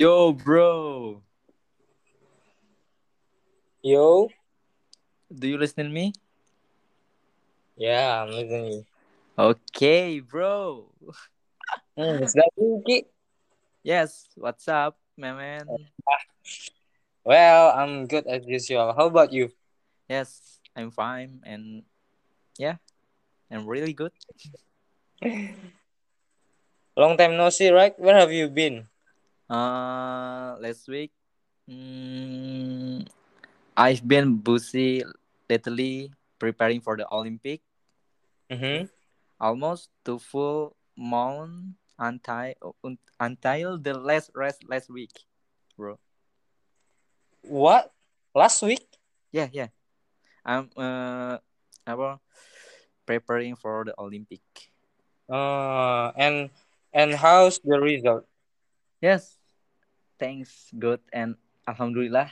Yo, bro, Yo, do you listen to me? yeah, I'm listening. Okay, bro. Hmm, is that you, Ki? Yes, what's up, my man? Well, I'm good as usual. How about you? Yes, I'm fine, and yeah, I'm really good. Long time no see, right? Where have you been? Uh, last week, mm, I've been busy lately preparing for the Olympic, Mm-hmm. almost to full mount until until the last rest last week, bro. What? Last week? Yeah, yeah. I'm uh, about preparing for the Olympic. Uh, and and how's the result? Yes, thanks God and Alhamdulillah,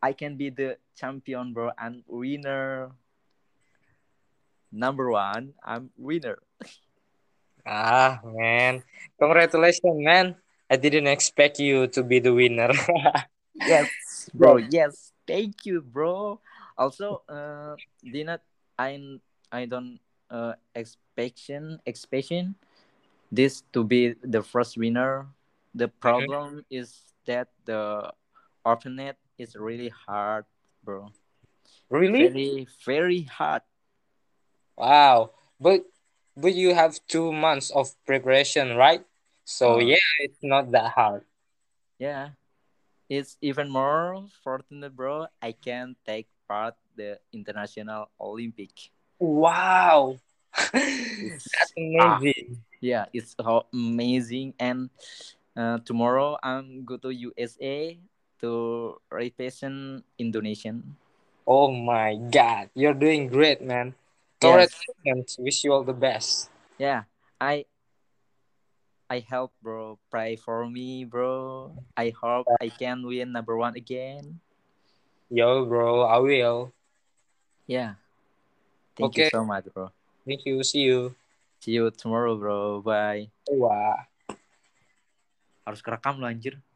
I can be the champion, bro, and winner number one. I'm winner. Ah, man. Congratulations, man. I didn't expect you to be the winner. Yes, bro. Yes, thank you, bro. Also, uh, did not I I don't uh expectation expectation this to be the first winner. The problem is that the alternate is really hard, bro. Really? Very very hard. Wow. But but you have two months of preparation, right? So Uh, yeah, it's not that hard. yeah, it's even more fortunate, bro. I can take part the international Olympic. Wow. It's- That's amazing. Yeah, it's how amazing. And uh, tomorrow I'm go to USA to represent Indonesian. Oh my God, you're doing great, man. Yes, Congratulations. Wish you all the best. yeah. I I help, bro. Pray for me, bro. I hope I can win number one again. Yo, bro, I will. Yeah, thank you Okay, so much, bro. thank you. See you. See you tomorrow, bro. Bye. Wah. Harus kerekam lo anjir.